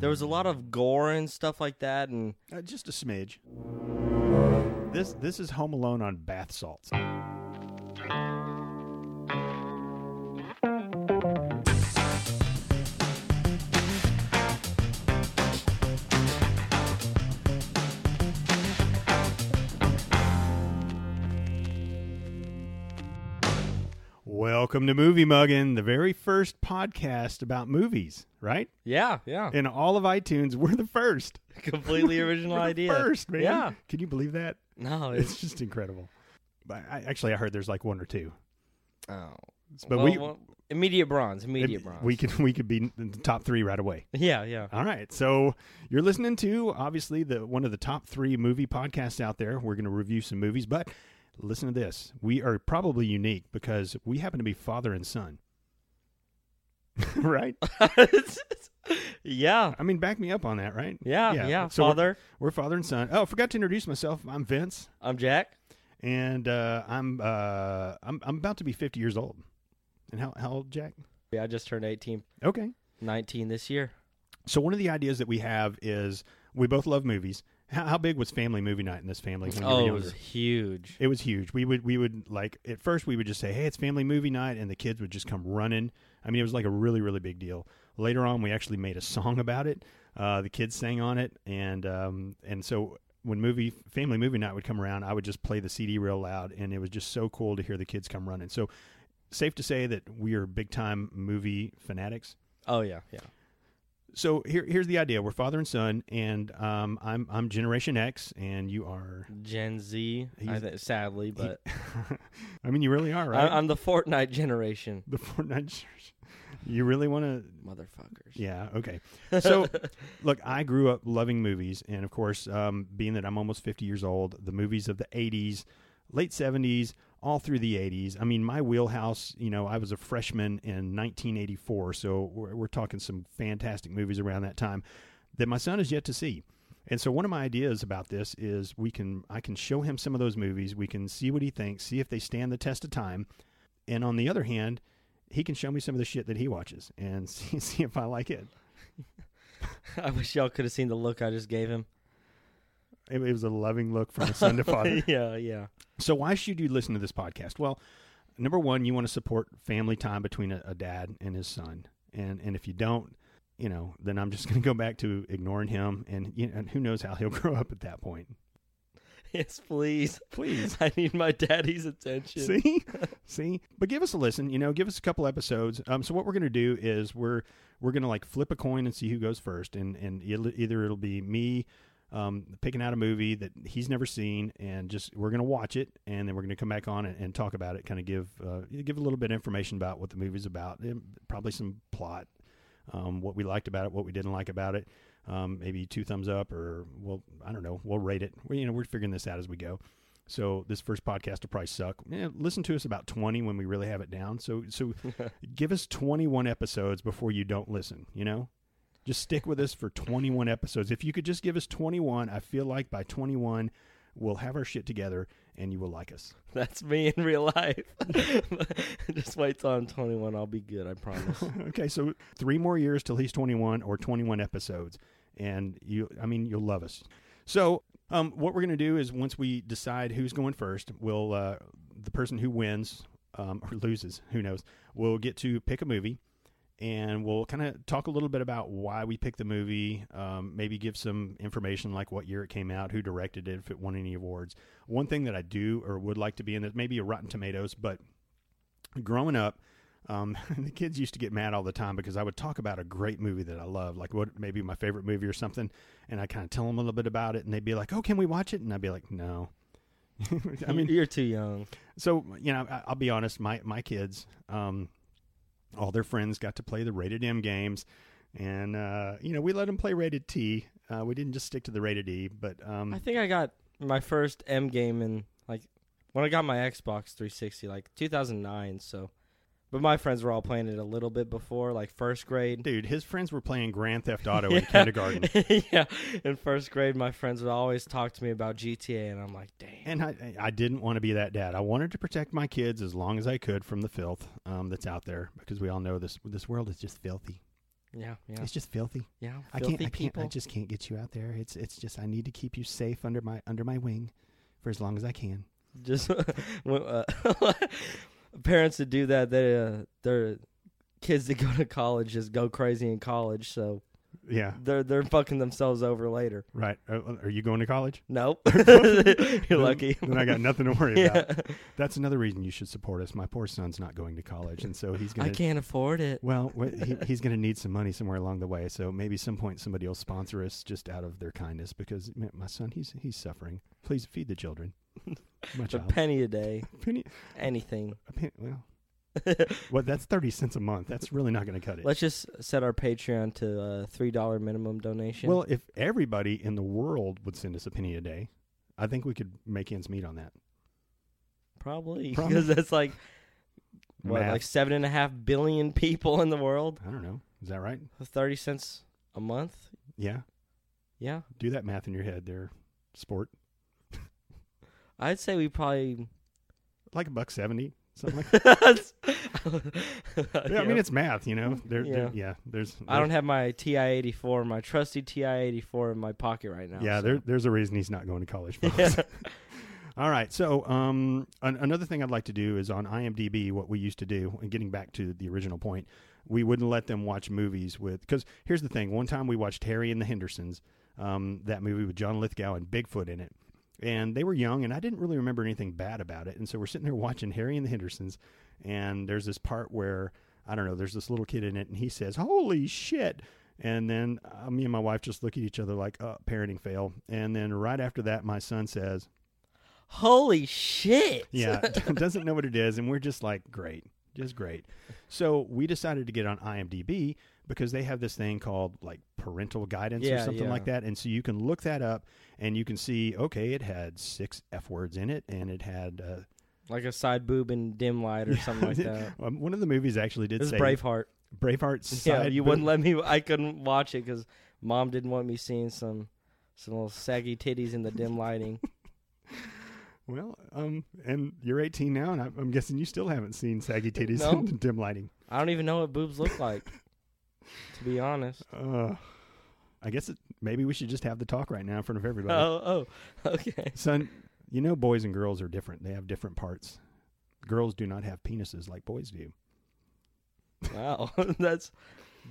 There was a lot of gore and stuff like that, and Uh, just a smidge. This this is Home Alone on bath salts. Welcome to Movie Muggin, the very first podcast about movies, right? yeah, yeah, In all of iTunes, we're the first. completely original You're the idea. First, man. Yeah, Can you believe that? no, it's It's just incredible. But I, actually, I heard there's like one or two. oh, But Well, we well, immediate bronze, immediate it- bronze. we could we could be in the top three right away. yeah, yeah, All right, so you're listening to obviously the one of the top three movie podcasts out there. We're going to review some movies, but listen to this. We are probably unique because we happen to be father and son. right? yeah, I mean, back me up on that, right? yeah, yeah. So we're- Father, we're, father and son. Oh, I forgot to introduce myself. I'm Vince, I'm Jack. and uh, I'm uh, I'm I'm about to be 50 years old. And how how old, Jack? Yeah, I just turned 18, Okay. 19 this year. So one of the ideas that we have is we both love movies. How, how big was family movie night in this family when you were Oh, it younger? was huge. It was huge. We would we would like at first we would just say, "Hey, it's family movie night," and the kids would just come running. I mean, it was like a really really big deal. Later on, we actually made a song about it. Uh, the kids sang on it, and um, and so when movie family movie night would come around, I would just play the CD real loud, and it was just so cool to hear the kids come running. So safe to say that we are big time movie fanatics. Oh yeah, yeah. So here, here's the idea: we're father and son, and um, I'm I'm Generation X, and you are. Gen Z, I He's- thi- sadly, but I mean, you really are, right? I, I'm the Fortnite generation, the Fortnite. Church. You really want to? motherfuckers. Yeah. Okay. So, look, I grew up loving movies, and of course, um, being that I'm almost 50 years old, the movies of the 80s, late 70s, all through the 80s. I mean, my wheelhouse. You know, I was a freshman in 1984, so we're, we're talking some fantastic movies around that time that my son is yet to see. And so one of my ideas about this is we can I can show him some of those movies, we can see what he thinks, see if they stand the test of time. And on the other hand, he can show me some of the shit that he watches and see, see if I like it. I wish y'all could have seen the look I just gave him. It, it was a loving look from a son to father. yeah, yeah. So why should you listen to this podcast? Well, number one, you want to support family time between a, a dad and his son, and and if you don't, you know, then I'm just going to go back to ignoring him, and you know, and who knows how he'll grow up at that point. Yes, please. Please. I need my daddy's attention. See, see, but give us a listen. You know, give us a couple episodes. Um, so what we're gonna do is we're we're gonna like flip a coin and see who goes first, and and it'll, either it'll be me um, picking out a movie that he's never seen, and just we're gonna watch it, and then we're gonna come back on and, and talk about it, kind of give uh, give a little bit of information about what the movie's about, and probably some plot, um, what we liked about it, what we didn't like about it. Um, maybe two thumbs up, or we'll I don't know. We'll rate it. We, you know, we're figuring this out as we go. So this first podcast will probably suck. Eh, listen to us about twenty when we really have it down. So so give us twenty one episodes before you don't listen. You know, just stick with us for twenty one episodes. If you could just give us twenty one, I feel like by twenty one we'll have our shit together and you will like us. That's me in real life. Just wait till I'm 21. I'll be good. I promise. okay, so three more years till he's 21 or 21 episodes, and you, I mean, you'll love us. So, um, what we're gonna do is once we decide who's going first, we'll uh, the person who wins um, or loses, who knows, will get to pick a movie, and we'll kind of talk a little bit about why we picked the movie, um, maybe give some information like what year it came out, who directed it, if it won any awards. One thing that I do or would like to be in this, maybe a Rotten Tomatoes, but growing up, um, the kids used to get mad all the time because I would talk about a great movie that I love, like what maybe my favorite movie or something, and I kind of tell them a little bit about it, and they'd be like, "Oh, can we watch it?" And I'd be like, "No." I mean, you're too young. so you know, I, I'll be honest. My my kids, um, all their friends got to play the rated M games, and uh, you know, we let them play rated T. Uh, we didn't just stick to the rated E, but um, I think I got my first M game in like when I got my Xbox 360, like 2009. So, but my friends were all playing it a little bit before, like first grade. dude, his friends were playing Grand Theft Auto in Yeah. kindergarten. yeah, in first grade, my friends would always talk to me about GTA, and I'm like, damn. And I, I didn't want to be that dad. I wanted to protect my kids as long as I could from the filth um, that's out there because we all know this this world is just filthy. Yeah, yeah, It's just filthy. yeah. I Filthy can't. I can't. people. I just can't get you out there. It's. It's just. I need to keep you safe under my under my wing, for as long as I can. just when, uh, parents that do that, they uh, their kids that go to college just go crazy in college, so Yeah. they're they're fucking themselves over later. Right. Are, are you going to college? Nope, you're Then- lucky. Then I got nothing to worry about. yeah, That's another reason you should support us. My poor son's not going to college, and so he's I going to. can't afford it. Well, wh- he, he's going to need some money somewhere along the way. So maybe some point somebody will sponsor us just out of their kindness because man, my son, he's he's suffering. Please feed the children. My A child. penny a day, Penny- anything. a penny- well, well, that's thirty cents a month. That's really not going to cut it. Let's just set our Patreon to uh, three dollar minimum donation. Well, if everybody in the world would send us a penny a day, I think we could make ends meet on that. probably probably. because that's like what, Math. like seven and a half billion people in the world. I don't know. Is that right? Thirty cents a month. Yeah. Yeah, Do that math in your head there, sport. I'd say we probably. Like a buck seventy, something like yeah, that. Yeah, I mean it's math, you know. There, Yeah. yeah. There, yeah. There's. I don't have my TI eighty four, my trusty TI eighty four in my pocket right now. yeah. so- There, there's a reason he's not going to college. Folks. Yeah. All right. So, um, an- another thing I'd like to do is on IMDb, what we used to do, and getting back to the original point, we wouldn't let them watch movies with. Because here's the thing one time we watched Harry and the Hendersons, um, that movie with John Lithgow and Bigfoot in it. And they were young, and I didn't really remember anything bad about it. And so we're sitting there watching Harry and the Hendersons, and there's this part where, I don't know, there's this little kid in it, and he says, Holy shit. And then uh, me and my wife just look at each other like, uh, parenting fail. And then right after that, my son says, Holy shit! yeah, d- doesn't know what it is, and we're just like, great, just great. So we decided to get on IMDb because they have this thing called like parental guidance or Yeah, something yeah. like that, and so you can look that up and you can see, okay, it had six f words in it, and it had uh, like a side boob and dim light or something like that. um, one of the movies actually did This is say Braveheart. Braveheart. Yeah, side you boob- wouldn't let me. I couldn't watch it because mom didn't want me seeing some some little saggy titties in the dim lighting. Well, um, and you're 18 now, and I'm, I'm guessing you still haven't seen saggy titties No. in dim lighting. I don't even know what boobs look like, to be honest. Uh, I guess it, maybe we should just have the talk right now in front of everybody. Oh, oh, okay. Son, you know boys and girls are different. They have different parts. Girls do not have penises like boys do. Wow, that's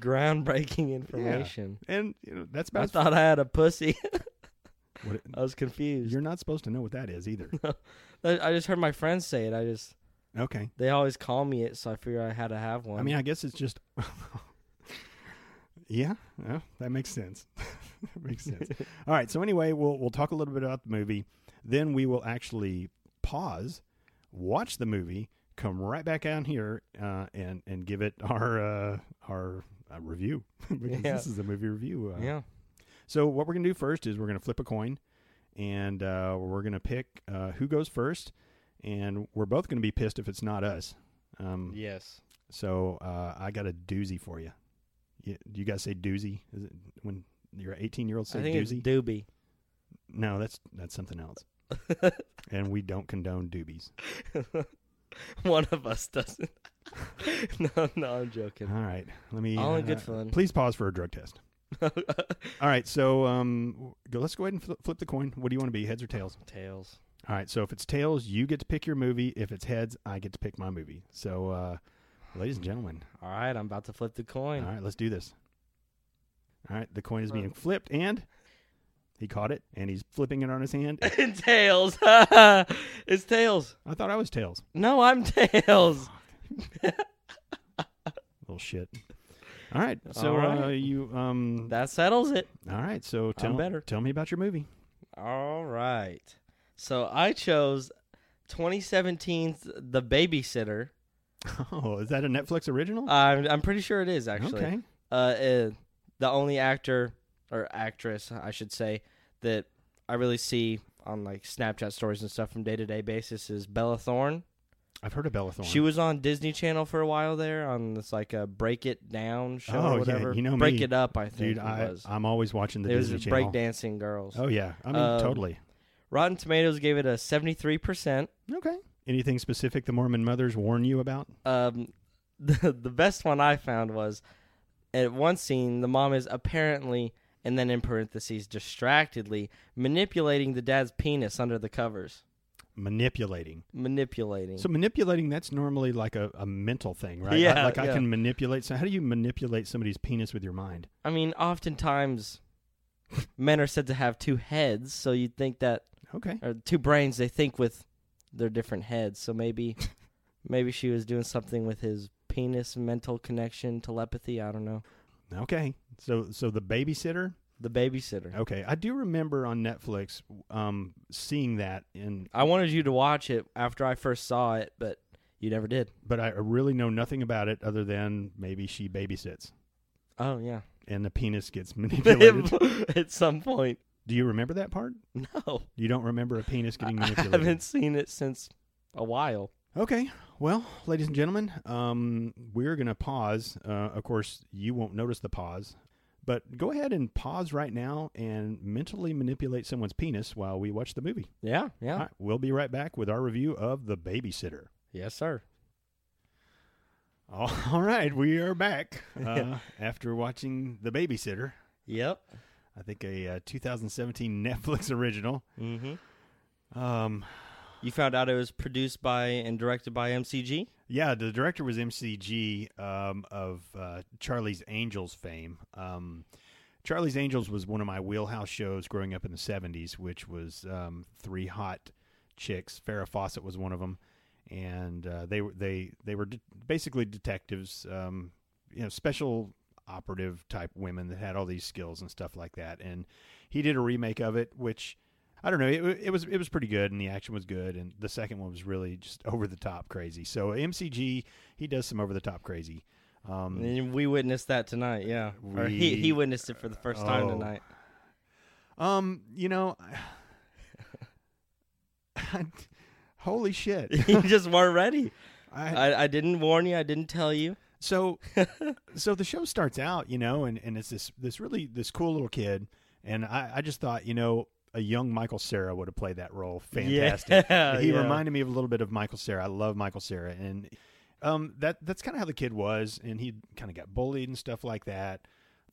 groundbreaking information. And you know that's I about thought I had a pussy. what it- I was confused. you're not supposed to know what that is either. I I just heard my friends say it. I just Okay. they always call me it, so I figure I had to have one. I mean, I guess it's just Yeah, yeah, that makes sense. that makes sense. All right, so anyway, we'll we'll talk a little bit about the movie. Then we will actually pause, watch the movie, come right back down here uh, and and give it our uh, our uh, review because Yeah. this is a movie review. Uh, yeah, So what we're gonna do first is we're gonna flip a coin, and uh, we're gonna pick uh, who goes first, and we're both gonna be pissed if it's not us. Um, yes, So uh, I got a doozy for you. you. Do you guys say doozy? Is it when your 18 year old say I think it's doozy? doobie. no, that's that's something else. and we don't condone doobies. one of us doesn't. no, no, I'm joking. All right, let me. All in uh, good fun. Please pause for a drug test. All right, so um, w- go- let's go ahead and fl- flip the coin. What do you want to be, heads or tails? Tails. All right, so if it's tails, you get to pick your movie. If it's heads, I get to pick my movie. So, uh, ladies and gentlemen, All right, I'm about to flip the all coin. right, let's do this. All right, the coin is being flipped, and he caught it, and he's flipping it on his hand. tails. it's tails. I thought I was tails. No, I'm tails. Little shit. All right, so All right. Uh, you um. That settles it. all right, so tell better. Tell me about your movie. All right. So I chose 2017's The Babysitter. Oh, is that a Netflix original? I'm, I'm pretty sure it is Uh, actually. okay. Uh, uh, the only actor or actress, I should say, that I really see on like Snapchat stories and stuff from day to day basis is Bella Thorne. I've heard of Bella Thorne. She was on Disney Channel for a while there on this like a Break It Down show Oh, yeah, or whatever. you know Break me. It Up, I think Dude, it I, was. I'm always watching the it was Disney Channel. breakdancing girls. Oh yeah, I mean Um, totally. Rotten Tomatoes gave it a 73%. Okay. Anything specific the Mormon mothers warn you about? um, the, the best one I found was at one scene, the mom is apparently, and then in parentheses, distractedly manipulating the dad's penis under the covers. Manipulating. Manipulating. So manipulating that's normally like a, a mental thing, right? Yeah, Like, like I yeah. can manipulate. So how do you manipulate somebody's penis with your mind? I mean, oftentimes men are said to have two heads, so you'd think that, Okay. or two brains, they think with their different heads. So maybe, maybe she was doing something with his penis, mental connection, telepathy. I don't know. Okay. So so the babysitter. The babysitter. Okay. I do remember on Netflix um seeing that in I wanted you to watch it after I first saw it, but you never did. but I really know nothing about it other than maybe she babysits Oh yeah. and the penis gets manipulated. At some point. do you remember that part? No. You don't remember a penis I, getting I manipulated. haven't seen it since a while. Okay. Well, ladies and gentlemen, um, we're going to pause. Uh, of course, you won't notice the pause, but go ahead and pause right now and mentally manipulate someone's penis while we watch the movie. Yeah, yeah. All right, we'll be right back with our review of The Babysitter. Yes, sir. All right, we are back uh, after watching The Babysitter. Yep. I think a uh, 2017 Netflix original. Mm-hmm. Um, You found out it was produced by and directed by MCG? Yeah, the director was MCG um, of uh, Charlie's Angels fame. Um, Charlie's Angels was one of my wheelhouse shows growing up in the 70s, which was um, three hot chicks. Farrah Fawcett was one of them. And uh, they, were- they, they were de- basically detectives, um, you know, special operative type women that had all these skills and stuff like that. And he did a remake of it, which I don't know. It, it was it was pretty good, and the action was good, and the second one was really just over the top crazy. So MCG, he does some over the top crazy. Um, And we witnessed that tonight, yeah. or he, We- he witnessed it for the first time oh. tonight. um, you know, I- holy shit! you just weren't ready. I, I, I didn't warn you, I didn't tell you. So, so the show starts out, you know, and, and it's this this really this cool little kid, and I, I just thought, you know, a young Michael Sarah would have played that role fantastic. Yeah, he yeah. reminded me of a little bit of Michael Sarah. I love Michael Sarah, and um, that that's kind of how the kid was, and he kind of got bullied and stuff like that.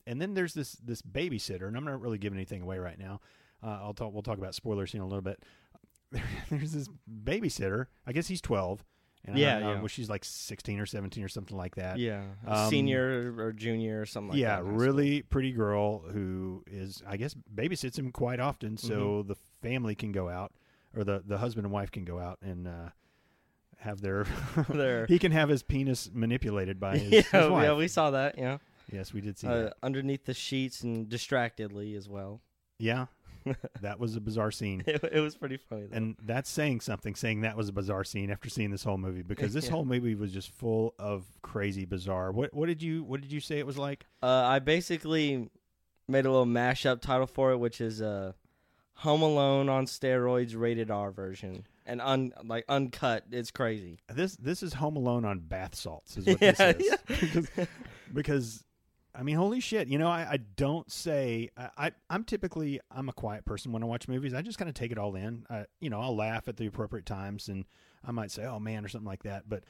And then there's this this babysitter, and I'm not really giving anything away right now. Uh, I'll talk. We'll talk about spoilers here in a little bit. there's this babysitter. I guess he's 12. And Yeah, I, yeah. well, she's like 16 or 17 or something like that Yeah. a Um, Senior or junior or something like yeah, that. in high school. really pretty girl who is, I guess, babysits him quite often, so Mm-hmm. the family can go out, or the the husband and wife can go out and uh, have their, Their- he can have his penis manipulated by his, yeah, his wife. yeah, we saw that, yeah. yes, we did see Uh, that. underneath the sheets and distractedly as well. Yeah, that was a bizarre scene, It, it was pretty funny. Though. Mm. and that's saying something. Saying that was a bizarre scene after seeing this whole movie because this Yeah. whole movie was just full of crazy bizarre. What what did you what did you say it was like? Uh, I basically made a little mashup title for it, which is uh, "Home Alone on Steroids" rated R version, and un like uncut. It's crazy. This this is Home Alone on bath salts is what Yeah, this is because because I mean holy shit you know I, I don't say I, I I'm typically I'm a quiet person when I watch movies I just kind of take it all in I, you know I'll laugh at the appropriate times and I might say oh man or something like that but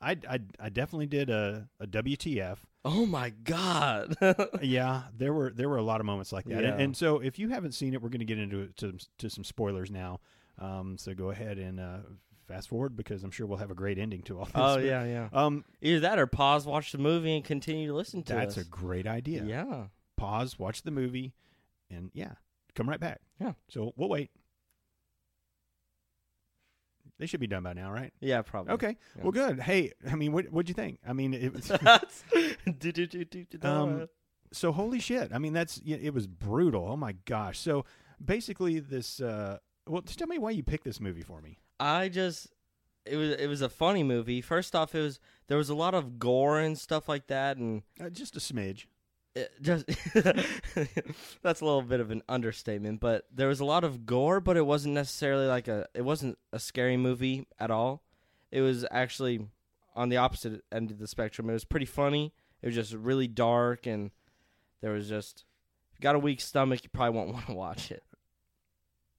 I I, I definitely did a, a WTF Oh my god! yeah there were there were a lot of moments like that and, Yeah. and so if you haven't seen it we're going to get into it to, to some spoilers now um so go ahead and uh, fast forward because I'm sure we'll have a great ending to all this oh but- yeah, yeah. um Either that or pause, watch the movie, and continue to listen to that's us. a great idea yeah. pause, watch the movie, and yeah, come right back. Yeah. So we'll wait. They should be done by now, right? Yeah, probably. Okay. Yeah. Well, good. Hey, I mean, what what'd you think? I mean, it was That's- do, do, do, do, do, Um, so holy shit. I mean, that's y- it was brutal. Oh my gosh. So basically, this. uh Well, just tell me why you picked this movie for me. I just it was it was a funny movie. First off, it was there was a lot of gore and stuff like that, and Uh, just a smidge. it just that's a little bit of an understatement. But there was a lot of gore, but it wasn't necessarily like a it wasn't a scary movie at all. It was actually on the opposite end of the spectrum. It was pretty funny. It was just really dark, and there was just if you got a weak stomach, you probably won't want to watch it.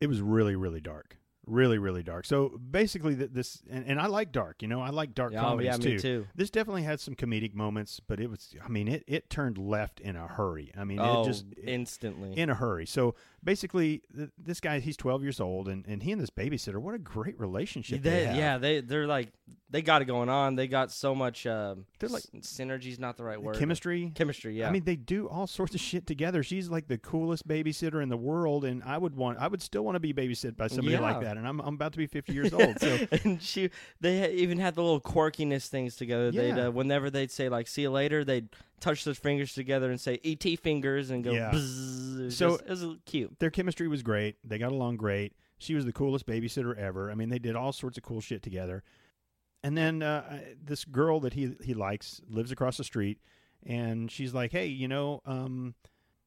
It was really, really dark. really really dark. So basically, th- this and, and I like dark. You know, I like dark Oh, comedies yeah, too. me too. This definitely had some comedic moments, but it was I mean it it turned left in a hurry. I mean oh, it just it- instantly. in a hurry. So basically, th- this guy he's 12 years old, and, and he and this babysitter, what a great relationship they, They- have. yeah, they they're like they got it going on. They got so much. Uh, They're like- s- synergy's not the right word. chemistry. Chemistry. Yeah. I mean, they do all sorts of shit together. She's like the coolest babysitter in the world, and I would want, I would still want to be babysit by somebody Yeah. like that. And I'm, I'm about to be 50 years old, so and she, they ha- even had the little quirkiness things together. They'd Yeah. uh, whenever they'd say like "see you later," they'd touch their fingers together and say "et fingers" and go. Yeah. Bzzz. It was So- just- it was l- cute. their chemistry was great. They got along great. She was the coolest babysitter ever. I mean, they did all sorts of cool shit together. And then uh, I- this girl that he he likes lives across the street, and she's like, "Hey, you know, um,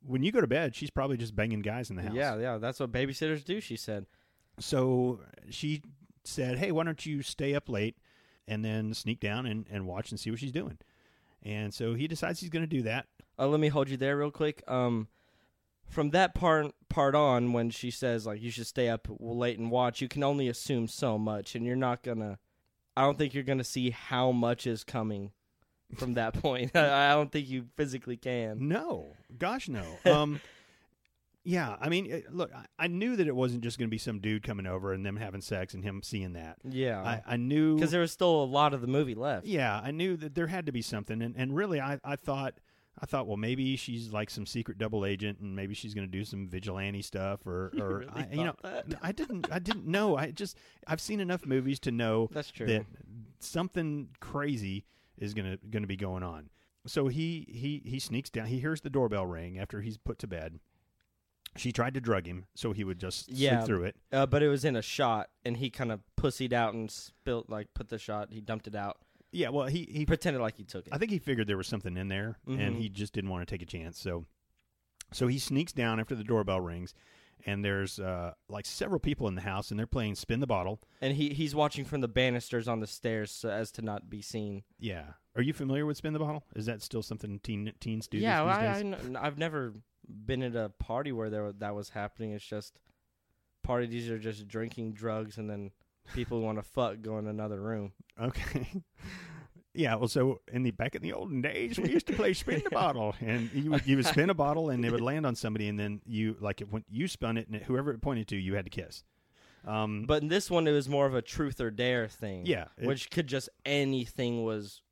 when you go to bed, she's probably just banging guys in the house." Yeah, yeah, that's what babysitters do. She said. So she said, "Hey, why don't you stay up late and then sneak down and, and watch and see what she's doing?" And so he decides he's going to do that. Uh, let me hold you there real quick. Um, from that part part on, when she says like you should stay up w- late and watch, you can only assume so much, and you're not gonna. I don't think you're gonna see how much is coming from that point. I, I don't think you physically can. No, gosh, no. Um, yeah, I mean, it- look, I, I knew that it wasn't just going to be some dude coming over and them having sex and him seeing that. Yeah, I, I knew because there was still a lot of the movie left. yeah, I knew that there had to be something, and and really, I I thought. I thought, well, maybe she's like some secret double agent, and maybe she's going to do some vigilante stuff, or, or really I, you know, thought that? I didn't, I didn't know. I just, I've seen enough movies to know That's true. that something crazy is gonna gonna be going on. So he he he sneaks down. He hears the doorbell ring after he's put to bed. She tried to drug him, so he would just Yeah. sleep through it. Uh, but it was in a shot, and he kind of pussied out and spilt like put the shot. He dumped it out. Yeah, well, he he. He pretended like he took it. I think he figured there was something in there, and Mhm. he just didn't want to take a chance. So, so he sneaks down after the doorbell rings, and there's uh, like several people in the house, and they're playing spin the bottle. and he he's watching from the banisters on the stairs so as to not be seen. Yeah, are you familiar with spin the bottle? Is that still something teen teens do? yeah, these, well, these I, days? have never been at a party where there wa- that was happening. It's just parties are just drinking drugs and then people who want to fuck go in another room. Mm-hmm. Okay. Yeah, well, so in the back in the olden days, we used to play spin the bottle, and you would you would spin a bottle, and it would land on somebody, and then you like it when you spun it, and it- whoever it pointed to, you had to kiss. Um, But in this one, it was more of a truth or dare thing. yeah, it- which could just anything was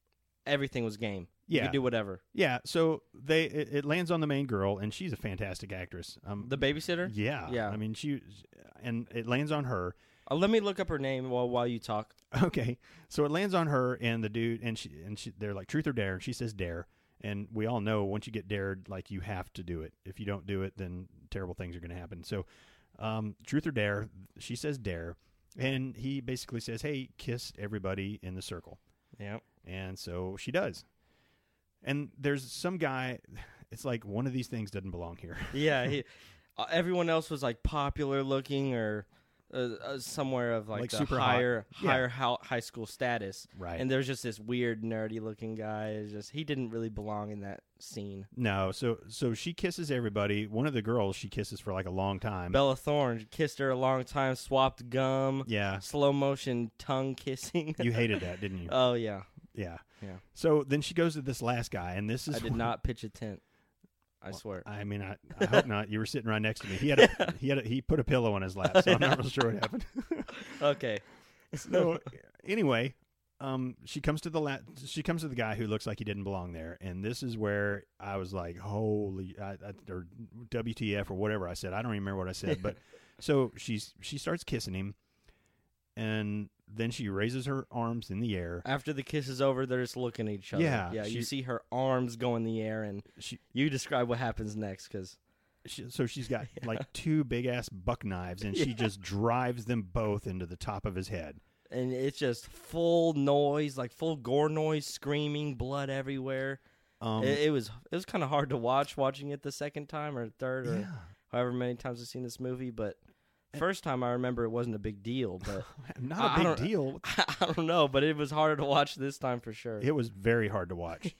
everything was game. you yeah, could do whatever. yeah. So they it, it lands on the main girl, and she's a fantastic actress. Um, The babysitter. yeah, Yeah. I mean, she and it lands on her. Uh, let me look up her name while while you talk. Okay, so it lands on her, and the dude, and she and she, they're like truth or dare, and she says dare, and we all know once you get dared, like you have to do it. If you don't do it, then terrible things are going to happen. So, um, truth or dare, she says dare, and he basically says, "Hey, kiss everybody in the circle," Yeah. and so she does. And there's some guy. It's like one of these things doesn't belong here. Yeah, he, uh, everyone else was like popular looking or uh, uh, somewhere of like, Like the super hot. higher Yeah. higher ho- high school status. Right. And there was just this weird nerdy looking guy. It's Just he didn't really belong in that scene. no. So so she kisses everybody. One of the girls she kisses for like a long time. Bella Thorne kissed her a long time, swapped gum, yeah. slow motion tongue kissing. You hated that, didn't you? oh yeah, Yeah. Yeah. So then she goes to this last guy, and this is I did when- not pitch a tent. I Well, swear. I mean, I, I hope not. You were sitting right next to me. He had a, he had a, he put a pillow on his lap, so I'm not real sure what happened. okay. So anyway, um, she comes to the la- she comes to the guy who looks like he didn't belong there, and this is where I was like, holy, I, I, or WTF or whatever I said. I don't even remember what I said, but so she's she starts kissing him, and then she raises her arms in the air. After the kiss is over, they're just looking at each other. Yeah, yeah. she- You see her arms go in the air, and She you describe what happens next because she, so she's got like two big ass buck knives and she just drives them both into the top of his head and it's just full noise, like full gore noise, screaming, blood everywhere. um it, it was it was kind of hard to watch watching it the second time or third or yeah Eh. however many times I've seen this movie. But first time I remember it wasn't a big deal, but I- I not a big don't- deal I don't know. But it was harder to watch this time for sure. it was very hard to watch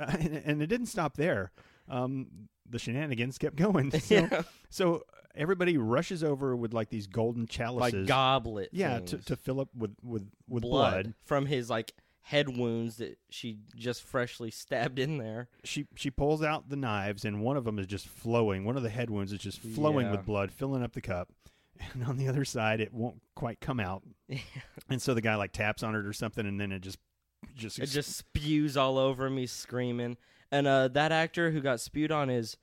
uh, and, and it didn't stop there um the shenanigans kept going so, Yeah. so everybody rushes over with like these golden like chalices. goblet. yeah, things. to, to fill up with with with blood, blood. from his like head wounds that she just freshly stabbed in there. She she pulls out the knives, and one of them is just flowing. One of the head wounds is just flowing Yeah. with blood, filling up the cup. And on the other side, it won't quite come out. And so the guy like taps on it or something, and then it just just It just spews all over me, screaming. And uh, that actor who got spewed on is,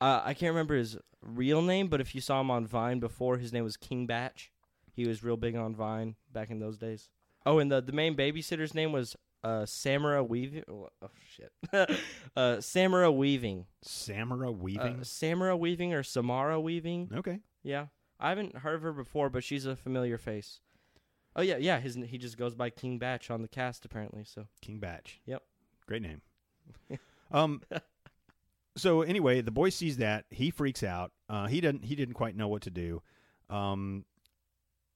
uh, I can't remember his real name, but if you saw him on Vine before, his name was King Batch. He was real big on Vine back in those days. Oh, and the, the main babysitter's name was uh, Samara Weaving. Oh, shit. uh, Samara Weaving. Samara Uh, weaving. Samara Weaving or Samara Weaving. okay, Yeah, I haven't heard of her before, but she's a familiar face. Oh yeah, yeah. His he just goes by King Batch on the cast apparently. So King Batch. Yep. Great name. um. So anyway, the boy sees that he freaks out. Uh, he didn't. He didn't quite know what to do. Um,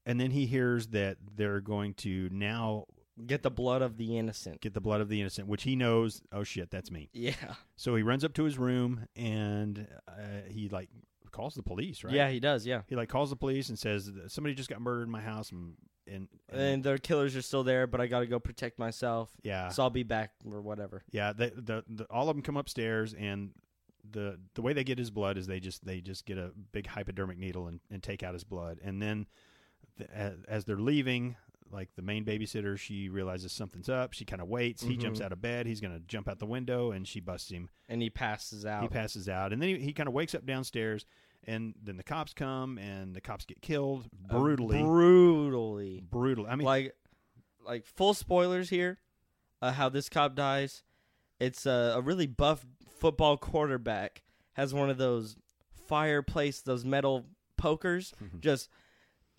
and then he hears that they're going to now get the blood of the innocent. get the blood of the innocent, which he knows. Oh shit, that's me. Yeah, So he runs up to his room and uh, he like calls the police. Right. yeah, he does. Yeah, He like calls the police and says somebody just got murdered in my house and and, and the killers are still there, but I gotta go protect myself. yeah. So I'll be back or whatever. Yeah, the, the the all of them come upstairs, and the the way they get his blood is they just they just get a big hypodermic needle and, and take out his blood, and then the, as, as they're leaving, like the main babysitter, she realizes something's up. She kind of waits. He jumps Mhm. out of bed. He's gonna jump out the window, and she busts him. And he passes out. He passes out, and then he, he kind of wakes up downstairs, and then the cops come, and the cops get killed Uh, brutally, brutally. brutal. I mean, like, like full spoilers here. Uh, how this cop dies. It's uh, a really buff football quarterback has one of those fireplace, those metal pokers, Mm-hmm. just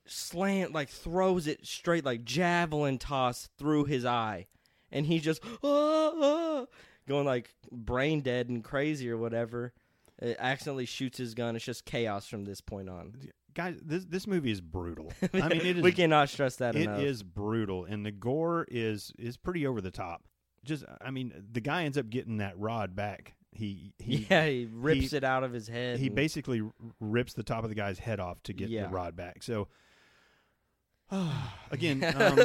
slant like throws it straight like javelin toss through his eye, and he just "Ah, ah," going like brain dead and crazy or whatever. It accidentally shoots his gun. It's just chaos from this point on. guys, this this movie is brutal. I mean, it is we cannot stress that It enough. is brutal, and the gore is is pretty over the top. Just, I mean, the guy ends up getting that rod back. He he yeah, he rips he- it out of his head. he and- basically r- rips the top of the guy's head off to get Yeah. the rod back. So again, um,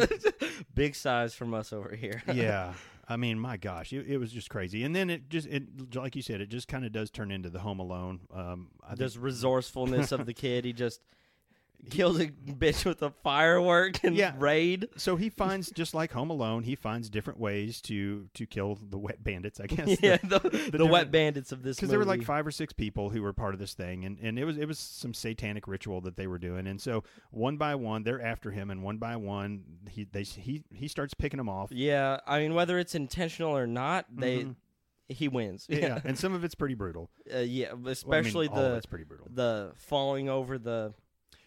big size from us over here. yeah, I mean, my gosh, it, it was just crazy. And then it just, it like you said, it just kind of does turn into the Home Alone. Um, I think- this resourcefulness of the kid. He just kills a bitch with a firework and Yeah. raid. so he finds just like Home Alone, he finds different ways to to kill the wet bandits. I guess Yeah, the, the, wet different- bandits of this because there were like movie. five or six people who were part of this thing and, and it was it was some satanic ritual that they were doing and so one by one they're after him and one by one he they he he starts picking them off Yeah, I mean whether it's intentional or not, they Mhm. he wins. yeah and some of it's pretty brutal uh, yeah. Well, I mean, Especially all of it's the pretty brutal the falling over the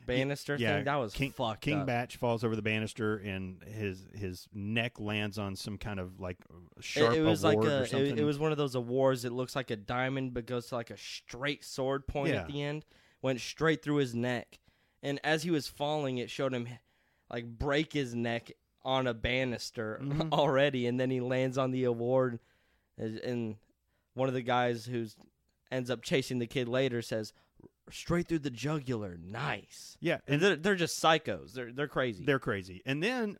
banister yeah, thing. That was King, fucked King up. Batch falls over the banister and his his neck lands on some kind of like It- sharp it, was award like a, or it- something It, was one of those awards that looks like a diamond but goes to like a straight sword point at Yeah. the end. Went straight through his neck, and as he was falling, it showed him like break his neck on a banister Mhm. already, and then he lands on the award. And- And one of the guys who's ends up chasing the kid later says, "Straight through the jugular, nice." yeah And they're, they're just psychos. They're they're crazy. They're crazy. And then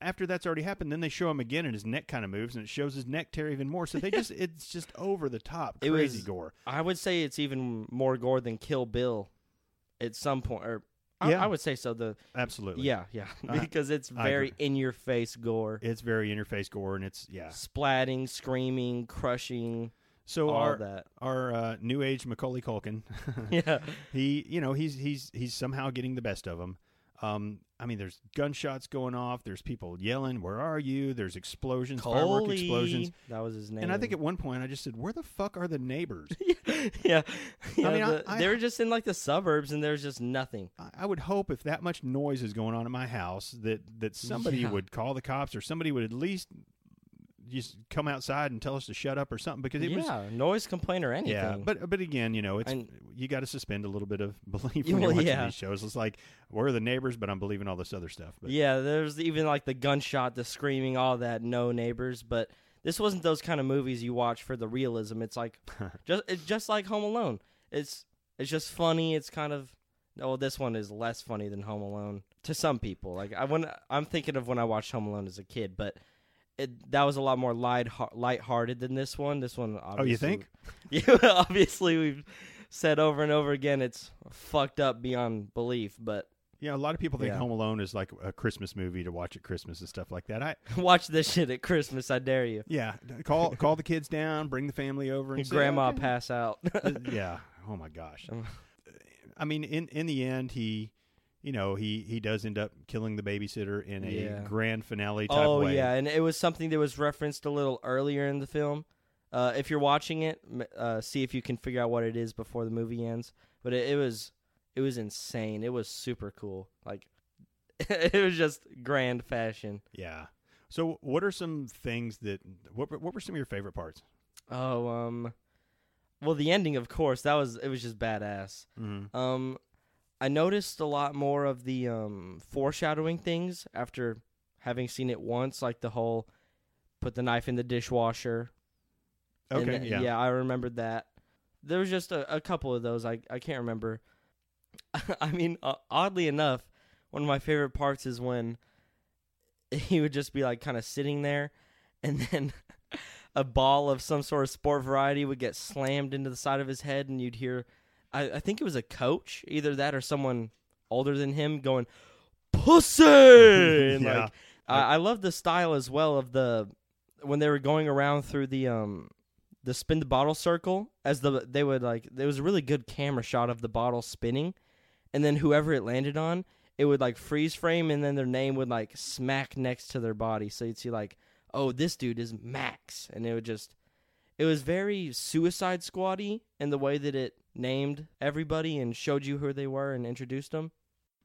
after that's already happened, then they show him again, and his neck kind of moves, and it shows his neck tear even more. So they just it's just over the top, It crazy was- gore. I would say it's even more gore than Kill Bill at some point. Or I, Yeah. I would say so. The Absolutely, yeah, yeah, I- because it's I very agree. in your face gore, It's very interface gore, and it's yeah. splatting, screaming, crushing, So all our that. our uh, new age Macaulay Culkin, Yeah, he you know he's he's he's somehow getting the best of him. Um, I mean, there's gunshots going off. There's people yelling, "Where are you?" There's explosions, firework Coley. explosions. That was his name. And I think at one point I just said, "Where the fuck are the neighbors?" yeah, yeah mean, I- the- I- they were just in like the suburbs, and there's just nothing. I I would hope if that much noise is going on in my house that that somebody Yeah. would call the cops or somebody would at least just come outside and tell us to shut up or something because it yeah, was noise complaint or anything. yeah. But but again, you know, it's And- you got to suspend a little bit of belief Yeah, when well, you're watching yeah. these shows. It's like we're the neighbors, but I'm believing all this other stuff. But Yeah, there's even like the gunshot, the screaming, all that. No neighbors, but this wasn't those kind of movies you watch for the realism. It's like just it's just like Home Alone. It's it's just funny. It's kind of Oh, this one is less funny than Home Alone to some people. Like I when I'm thinking of when I watched Home Alone as a kid, but it, that was a lot more light lighthearted than this one. This one, obviously, Oh, you think? Yeah, obviously we've said over and over again it's fucked up beyond belief. But Yeah, a lot of people think Yeah. Home Alone is like a Christmas movie to watch at Christmas and stuff like that. I watch this shit at Christmas, I dare you. yeah, call call the kids down, bring the family over, and say, Grandma "Okay." pass out. yeah. Oh my gosh. Um. I mean, in in the end, he, you know, he he does end up killing the babysitter in a Yeah. grand finale type oh way. yeah, and it was something that was referenced a little earlier in the film. Uh, if you're watching it, m- uh, see if you can figure out what it is before the movie ends. But it, it was it was insane. It was super cool. Like it was just grand fashion. Yeah. So, what are some things that what were- what were some of your favorite parts? Oh um, well the ending of course that was it was just badass. Mm-hmm. Um, I noticed a lot more of the um, foreshadowing things after having seen it once, like the whole put the knife in the dishwasher. And Okay. th- yeah. I remembered that. There was just a, a couple of those I, I can't remember. I mean, uh, oddly enough, one of my favorite parts is when he would just be like kind of sitting there, and then a ball of some sort of sport variety would get slammed into the side of his head, and you'd hear, I, I think it was a coach, either that or someone older than him, going, "Pussy!" And, Yeah. Like I, I love the style as well of the when they were going around through the um the spin the bottle circle as the they would like there was a really good camera shot of the bottle spinning and then whoever it landed on it would like freeze frame and then their name would like smack next to their body so you'd see like oh this dude is max and it would just it was very suicide squatty in the way that it named everybody and showed you who they were and introduced them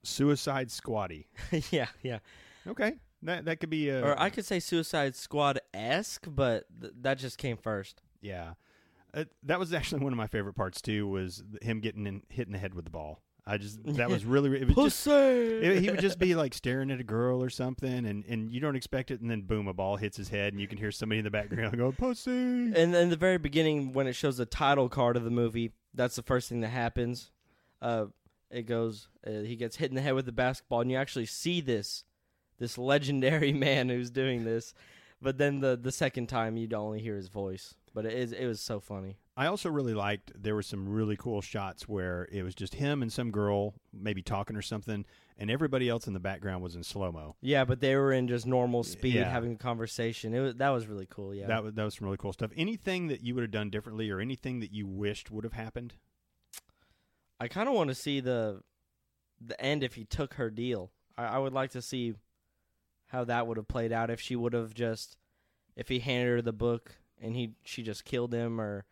Suicide Squatty. yeah yeah Okay. That that could be a or I could say Suicide Squad esque, but th- that just came first. yeah. Uh, that was actually one of my favorite parts too. Was him getting in, hitting the head with the ball. I just that was really it was just Pussy. it, he would just be like staring at a girl or something, and, and you don't expect it, and then boom, a ball hits his head, and you can hear somebody in the background go pussy. and in the very beginning, when it shows the title card of the movie, that's the first thing that happens. Uh, it goes, uh, he gets hit in the head with the basketball, and you actually see this, this legendary man who's doing this. But then the the second time, you'd only hear his voice. But it is it was so funny. I also really liked there were some really cool shots where it was just him and some girl maybe talking or something, and everybody else in the background was in slow mo. Yeah, but they were in just normal speed, Yeah. having a conversation. It was, that was really cool. Yeah, That was that was some really cool stuff. Anything that you would have done differently, or anything that you wished would have happened? I kind of want to see the the end if he took her deal. I, I would like to see how that would have played out if she would have just if he handed her the book and he she just killed him or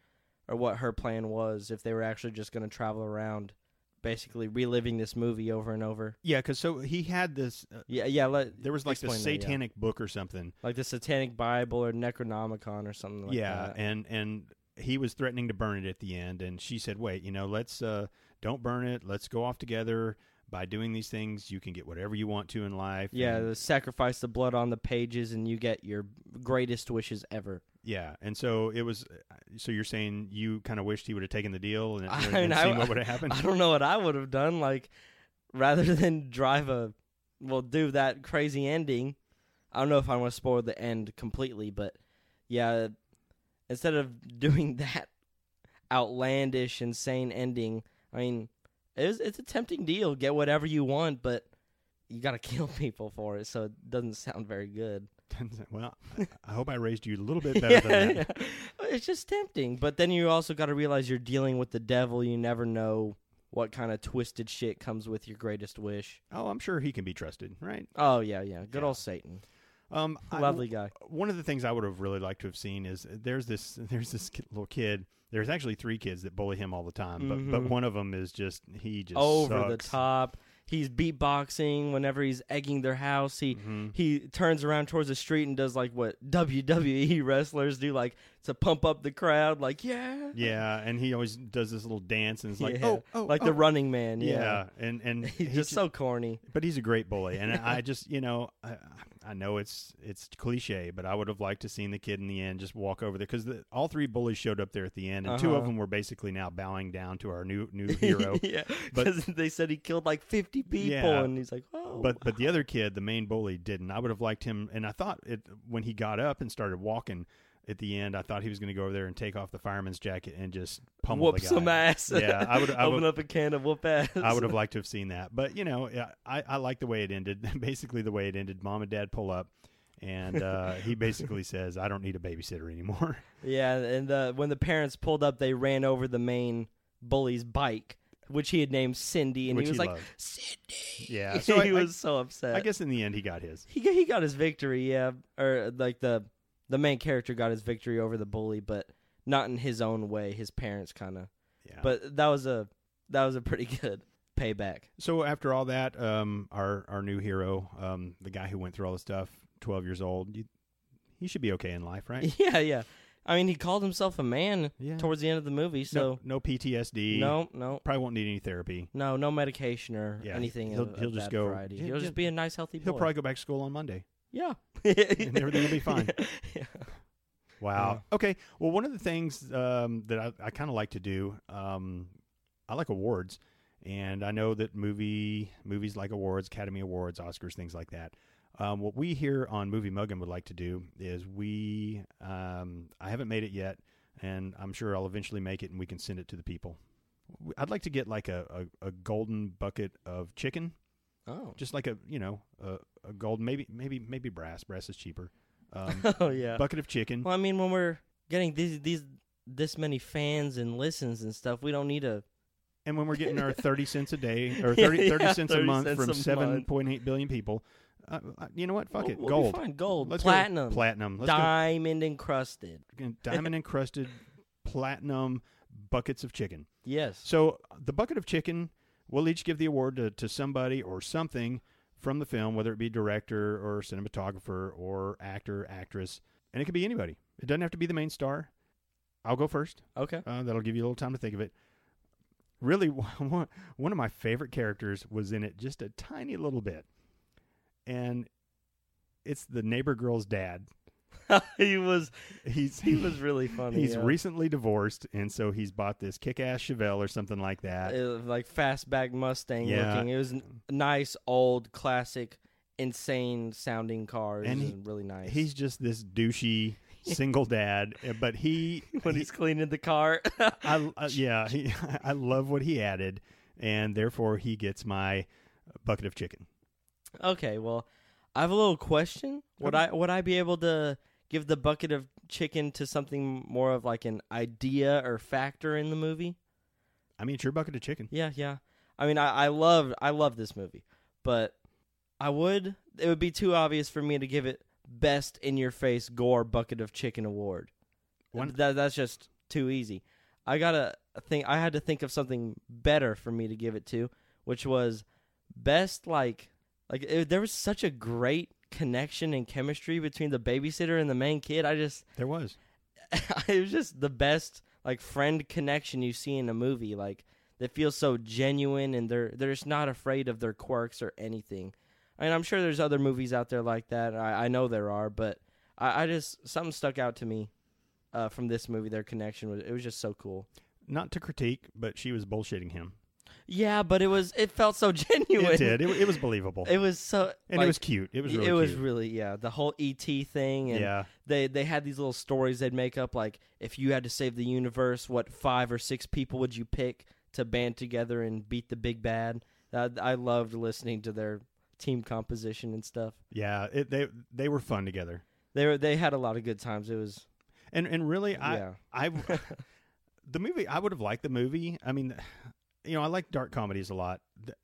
or what her plan was if they were actually just going to travel around basically reliving this movie over and over. Yeah, because so he had this. Uh, Yeah, yeah, let, there was like the Explain that, yeah. satanic book or something. like the Satanic Bible or Necronomicon or something like yeah, that. and and he was threatening to burn it at the end, and she said, "Wait, you know, let's uh, don't burn it. Let's go off together. By doing these things, you can get whatever you want to in life." Yeah, and- the sacrifice the blood on the pages and you get your greatest wishes ever. Yeah, and so it was. uh, So you're saying you kind of wished he would have taken the deal and, I and mean, I- seen what would have happened. I don't know what I would have done. Like, rather than drive a, well, do that crazy ending. I don't know if I want to spoil the end completely, but yeah, instead of doing that outlandish, insane ending, I mean, it was, it's a tempting deal. Get whatever you want, but you got to kill people for it, so it doesn't sound very good. well, I, I hope I raised you a little bit better than that. yeah. It's just tempting, but then you also got to realize you're dealing with the devil. You never know what kind of twisted shit comes with your greatest wish. Oh, I'm sure he can be trusted, right? Oh yeah, yeah. Good Yeah. old Satan, Um, I- lovely guy. one of the things I would have really liked to have seen is there's this there's this ki- little kid. There's actually three kids that bully him all the time, but Mhm. but one of them is just he just Over the sucks. top. He's beatboxing whenever he's egging their house. He Mhm. he turns around towards the street and does like what WWE wrestlers do, like to pump up the crowd. Like yeah, Yeah, and he always does this little dance and it's like Yeah. oh, oh like oh. the Running Man. Yeah, yeah. and and he's just ju- so corny. but he's a great bully, and I just you know I, I know it's it's cliche, but I would have liked to seen the kid in the end just walk over there because the, all three bullies showed up there at the end, and two of Uh-huh. them were basically now bowing down to our new new hero. yeah, But- because they said he killed like fifty people, Yeah. and he's like, oh, But but the other kid, the main bully, didn't. I would have liked him, and I thought it when he got up and started walking at the end. I thought he was going to go over there and take off the fireman's jacket and just pummel whoop the guy. some ass. Yeah, I would- I open would- up a can of whoop ass. I would have liked to have seen that, but you know, yeah, I I like the way it ended. basically, the way it ended, mom and dad pull up, and uh, he basically says, "I don't need a babysitter anymore." Yeah, and the, when the parents pulled up, they ran over the main bully's bike, which he had named Cindy, and Which he was he like, loved. Cindy. Yeah, so he I- I- was so upset. I guess in the end, he got his. he he got his victory. Yeah, or like the the main character got his victory over the bully, but not in his own way. His parents kind of. Yeah. But that was a that was a pretty good payback. so after all that, um, our our new hero, um, the guy who went through all the stuff, twelve years old, you, he should be okay in life, right? Yeah, yeah. I mean, he called himself a man Yeah. towards the end of the movie, so no, no PTSD. no, no, probably won't need any therapy. no, no medication or Yeah, anything. he'll- of, of he'll just that go- Variety. yeah, He'll yeah. just be a nice, healthy boy. He'll probably go back to school on Monday. yeah, And everything will be fine. yeah. Wow. Okay. Well, one of the things um, that I, I kind of like to do, um, I like awards, and I know that movie movies like awards, Academy Awards, Oscars, things like that. Um, what we here on Movie Muggin would like to do is we, um, I haven't made it yet, and I'm sure I'll eventually make it, and we can send it to the people. W- I'd like to get like a, a, a golden bucket of chicken, Oh. just like a you know a, a gold maybe maybe maybe brass. Brass is cheaper. Um, oh yeah. Bucket of chicken. well, I mean, when we're getting these these this many fans and listens and stuff, we don't need a And when we're getting our 30 cents a day or Yeah, 30, 30 yeah, cents a 30 month cents from a 7.8 billion people, uh, uh, you know what? Fuck we'll- it. we'll be gold. fine. gold, Let's go platinum, platinum. Let's diamond encrusted. go diamond encrusted platinum buckets of chicken. Yes. So the bucket of chicken, we'll each give the award to, to somebody or something from the film, whether it be director or cinematographer or actor, actress. And it could be anybody. It doesn't have to be the main star. I'll go first. Okay. Uh, that'll give you a little time to think of it. Really, one one of my favorite characters was in it just a tiny little bit, and it's the neighbor girl's dad. he was He's he was really funny. he's Oh, yeah. recently divorced, and so he's bought this kick-ass Chevelle or something like that. It was Uh, like fastback Mustang Yeah. looking. It was n- nice, old, classic, insane sounding cars. And And he- really nice. He's just this douchey single dad, uh, but he when he- he's cleaning the car. I, I yeah, he, I love what he added, and therefore he gets my bucket of chicken. okay, well, I have a little question. Would Okay. I would I be able to give the bucket of chicken to something more of like an idea or factor in the movie? I mean, it's your bucket of chicken. Yeah, yeah. I mean, I I love I love this movie, but I would it would be too obvious for me to give it best in your face gore bucket of chicken award. One- That that's just too easy. I gotta think. I had to think of something better for me to give it to, which was best like like it, there was such a great connection and chemistry between the babysitter and the main kid. I just There was. it was just the best like friend connection you see in a movie like that feels so genuine and they're they're just not afraid of their quirks or anything I mean, i'm sure there's other movies out there like that i, I know there are but I, I just something stuck out to me uh, from this movie their connection was it was just so cool not to critique, but she was bullshitting him. yeah but it was it felt so genuine It did. It, it was believable, it was so and it like, was cute. It was really. it was cute. really yeah the whole et thing and yeah. they they had these little stories they'd make up like if you had to save the universe what five or six people would you pick to band together and beat the big bad uh, i loved listening to their team composition and stuff Yeah, it, they they were fun together, they were they had a lot of good times it was and and really, I yeah I the movie I would have liked the movie. I mean, you know, I like dark comedies a lot. Th-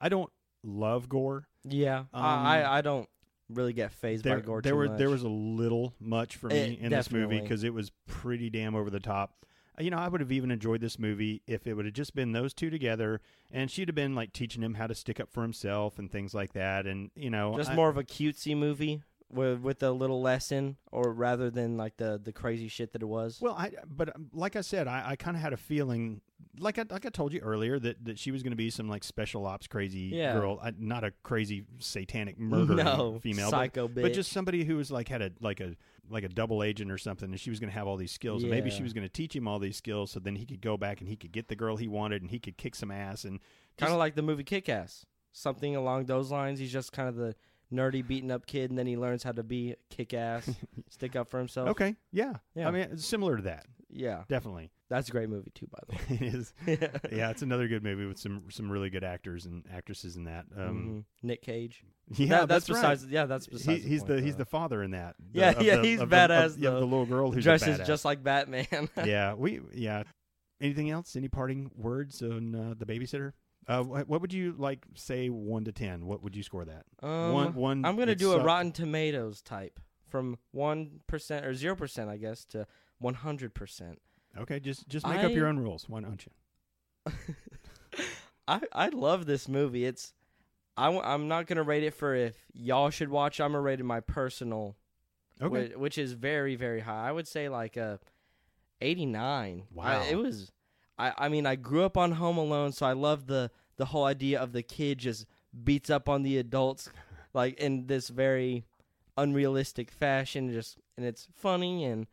I don't love gore. yeah I, I i don't really get phased by Um, There, gore there too were much. there was a little much for me It- in this movie definitely. because it was pretty damn over the top. Uh, You know, I would have even enjoyed this movie if it would have just been those two together, and she'd have been like teaching him how to stick up for himself and things like that. And you know, just I- more of a cutesy movie with with a little lesson or rather than like the the crazy shit that it was Well, I but um, like I said, I, I kind of had a feeling like I like I told you earlier that, that she was going to be some like special ops crazy Yeah. girl, I, not a crazy satanic murder no female, but- psycho but, bitch. just somebody who was like had a like a like a double agent or something, and she was going to have all these skills, and maybe Yeah. she was going to teach him all these skills, so then he could go back and he could get the girl he wanted, and he could kick some ass, and kind just- of like the movie Kick Ass, something along those lines. He's just kind of the nerdy, beaten up kid, and then he learns how to be kick ass, stick up for himself. okay, yeah, Oh. Yeah. I mean it's similar to that, Yeah, definitely. that's a great movie too, by the way. it is, yeah, it's another good movie with some some really good actors and actresses in that. Um, Mhm. Nick Cage. Yeah, Mm-hmm. That- that's, right. besides. Yeah, that's He- besides. he's point, the he's though. the father in that. The- Yeah, of yeah, the- he's of the- badass, Of, yeah, though. the little girl who's dresses a badass. just like Batman. yeah, we yeah. Anything else? Any parting words on uh, the babysitter? Uh, wh- what would you like say one to ten? What would you score that? um, one one. I'm gonna it do a sucked. Rotten Tomatoes type from one percent or zero percent, I guess, to one hundred percent. Okay, just just make up your I- own rules. Why don't you? I I love this movie. It's I am not gonna rate it for if y'all should watch. I'm gonna rate it my personal, Okay, whi- which is very very high. I would say like a 89. I- Wow. it was. I I mean I grew up on Home Alone, so I love the the whole idea of the kid just beats up on the adults, like in this very unrealistic fashion. Just and it's funny and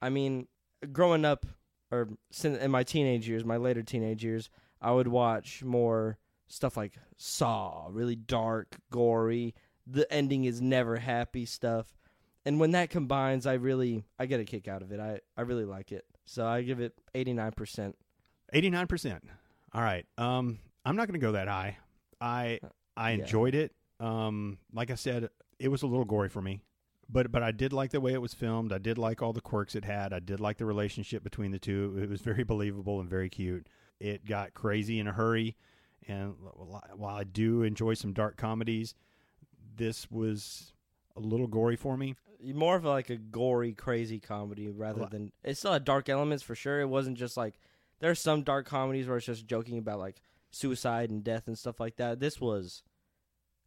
I mean growing up or sin- in my teenage years, my later teenage years, I would watch more stuff like Saw, really dark, gory. The ending is never happy stuff, and when that combines, I really I get a kick out of it. I I really like it, so I give it eighty nine percent. eighty nine percent. All right. Um, I'm not gonna go that high. I I Yeah. enjoyed it. Um, like I said, it was a little gory for me, but but I did like the way it was filmed. I did like all the quirks it had. I did like the relationship between the two. It was very believable and very cute. It got crazy in a hurry, and while I do enjoy some dark comedies, this was a little gory for me. More of like a gory, crazy comedy rather Well, than it still had dark elements for sure. It wasn't just like there's some dark comedies where it's just joking about like suicide and death and stuff like that. This was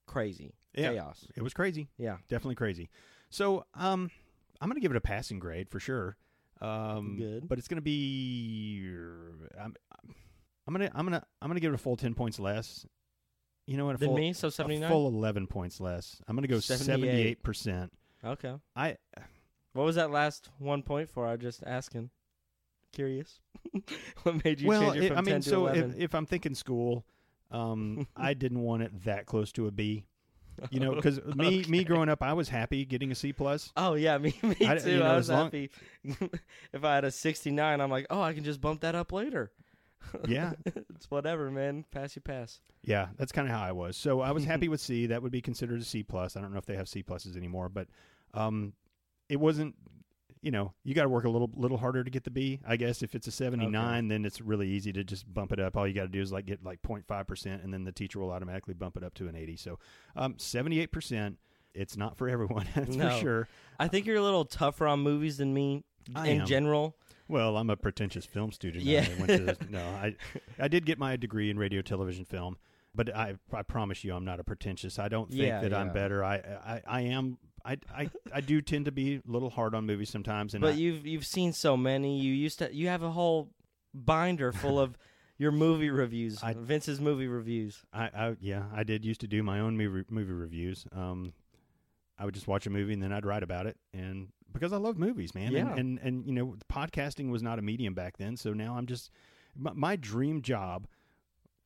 crazy Yeah. chaos. It was crazy. Yeah. definitely crazy. So, um, I'm gonna give it a passing grade for sure. Um, Good. but it's gonna be. I'm, I'm gonna, I'm gonna, I'm gonna give it a full ten points less. You know what? A Than full, me, so a seventy nine. full eleven points less. I'm gonna go 78. seventy-eight percent. Okay. I What was that last one point for? I just asking. Curious. what made you well, change it it- from I mean, ten to so if, eleven? if I'm thinking school, um, I didn't want it that close to a B. You know, because me, me growing up, I was happy getting a C plus. Oh yeah, me, me I d- too. you know, I was as long- happy. if I had a sixty nine, I'm like, oh, I can just bump that up later. Yeah. it's whatever, man. Pass you pass. Yeah, that's kind of how I was. So I was happy with C. That would be considered a C plus. I don't know if they have C pluses anymore, but um, it wasn't. You know, you got to work a little little harder to get the B. I guess if it's a seventy nine, then it's really easy to just bump it up. All you got to do is like get like 05 percent, and then the teacher will automatically bump it up to an eighty. So seventy eight percent. It's not for everyone, that's for No. sure. I think you're a little tougher on movies than me I in am. general. Well, I'm a pretentious film student. Yeah. I went to, no, I, I did get my degree in radio, television, film, but I, I promise you, I'm not a pretentious. I don't think Yeah, that I'm yeah. better. I, I, I am. I, I, I do tend to be a little hard on movies sometimes, and But I- you've you've seen so many. You used to you have a whole binder full of your movie reviews. I- Vince's movie reviews. I, I, yeah, I did used to do my own movie movie reviews. Um, I would just watch a movie and then I'd write about it, and because I love movies, man. Yeah. And, and and you know, podcasting was not a medium back then, so now I'm just my, my dream job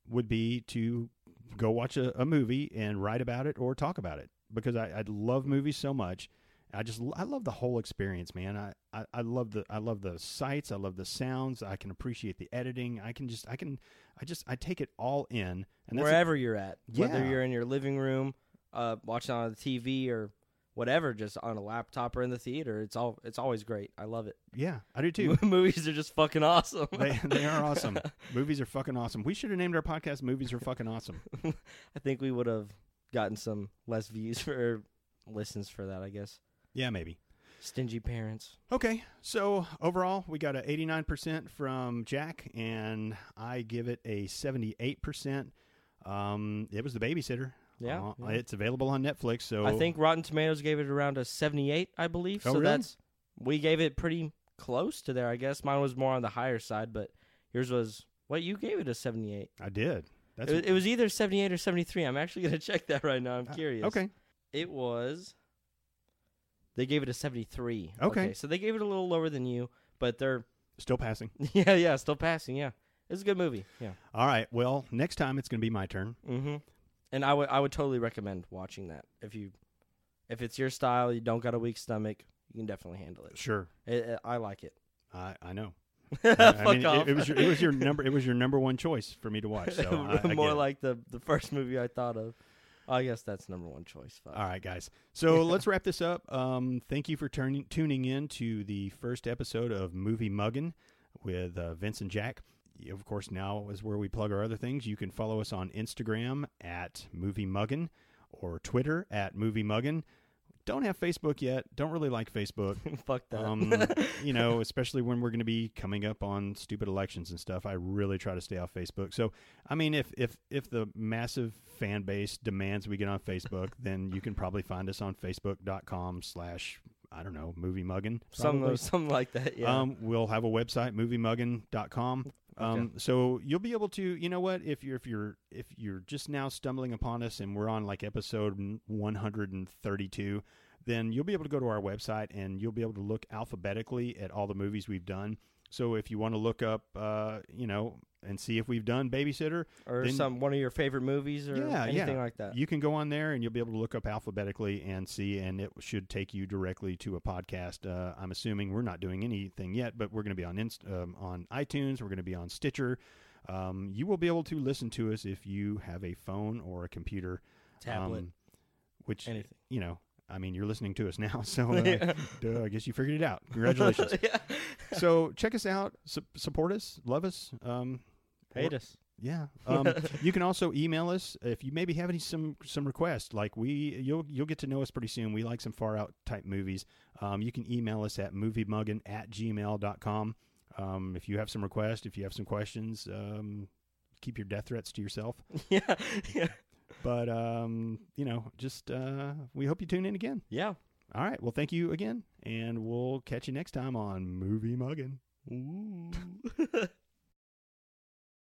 would be to go watch a, a movie and write about it or talk about it because I, I love movies so much. I just I love the whole experience, man. I, I, I love the I love the sights, I love the sounds, I can appreciate the editing. I can just I can I just I take it all in. And that's a- wherever you're at, whether Yeah. you're in your living room, uh, watching on the TV or whatever, just on a laptop or in the theater, it's all it's always great. I love it. Yeah, I do too. Movies are just fucking awesome. they, they are awesome. Movies are fucking awesome. We should have named our podcast "Movies Are Fucking Awesome." I think we would have gotten some less views for listens for that. I guess Yeah, maybe. stingy parents. Okay, so overall, we got a eighty nine percent from Jack, and I give it a seventy eight percent. Um, it was the babysitter. Yeah, Uh, yeah. it's available on Netflix. So I think Rotten Tomatoes gave it around a 78, I believe. Oh, so really? that's we gave it pretty close to there. I guess mine was more on the higher side, but yours was What you gave it a seventy-eight? I did. That's It, it was either seventy-eight or seventy-three. I'm actually gonna check that right now. I'm curious. Uh, Okay. It was. They gave it a seventy-three. Okay. So they gave it a little lower than you, but they're Still passing. yeah, yeah, still passing. Yeah, it's a good movie. Yeah. All right. Well, next time it's going to be my turn. Mm-hmm. And I would I would totally recommend watching that if you if it's your style, you don't got a weak stomach, you can definitely handle it. Sure. It, it- I like it. I I know. I- Fuck I mean, it- off. It, was your, it was your number. It was your number one choice for me to watch. So I, I more get it. like the the first movie I thought of. I guess that's number one choice. Fuck. All right, guys. So let's wrap this up. Um, thank you for turning tuning in to the first episode of Movie Muggin with uh, Vince and Jack. Yeah, Of course, now is where we plug our other things. You can follow us on Instagram at Movie Muggin or Twitter at Movie Muggin. Don't have Facebook yet. Don't really like Facebook. Fuck that. Um, you know, especially when we're going to be coming up on stupid elections and stuff. I really try to stay off Facebook. So, I mean, if if if the massive fan base demands we get on Facebook, then you can probably find us on Facebook.com slash I don't know movie muggin. Some probably. something like that. Yeah. Um, we'll have a website moviemuggin.com. Um, Okay. so you'll be able to, you know what, if you're if you're if you're just now stumbling upon us and we're on like episode 132, then you'll be able to go to our website and you'll be able to look alphabetically at all the movies we've done. So if you want to look up, uh, you know, and see if we've done Babysitter, or then- some one of your favorite movies or Yeah, yeah. anything like that. you can go on there and you'll be able to look up alphabetically and see, and it should take you directly to a podcast. Uh, I'm assuming we're not doing anything yet, but we're going to be on Inst- um, on iTunes. We're going to be on Stitcher. Um, you will be able to listen to us if you have a phone or a computer, Tablet. um, which anything. you know. I mean, you're listening to us now, so uh, duh, I guess you figured it out. Congratulations! yeah. so check us out, su- support us, love us. Um, Hate us. yeah. Um, you can also email us if you maybe have any some some requests. Like we you'll you'll get to know us pretty soon. We like some far out type movies. Um, you can email us at moviemuggin at gmail.com. Um, if you have some requests, if you have some questions, um, keep your death threats to yourself. yeah. Yeah. But um, you know, just uh, we hope you tune in again. Yeah. All right. Well, thank you again, and we'll catch you next time on Movie Muggin. Ooh.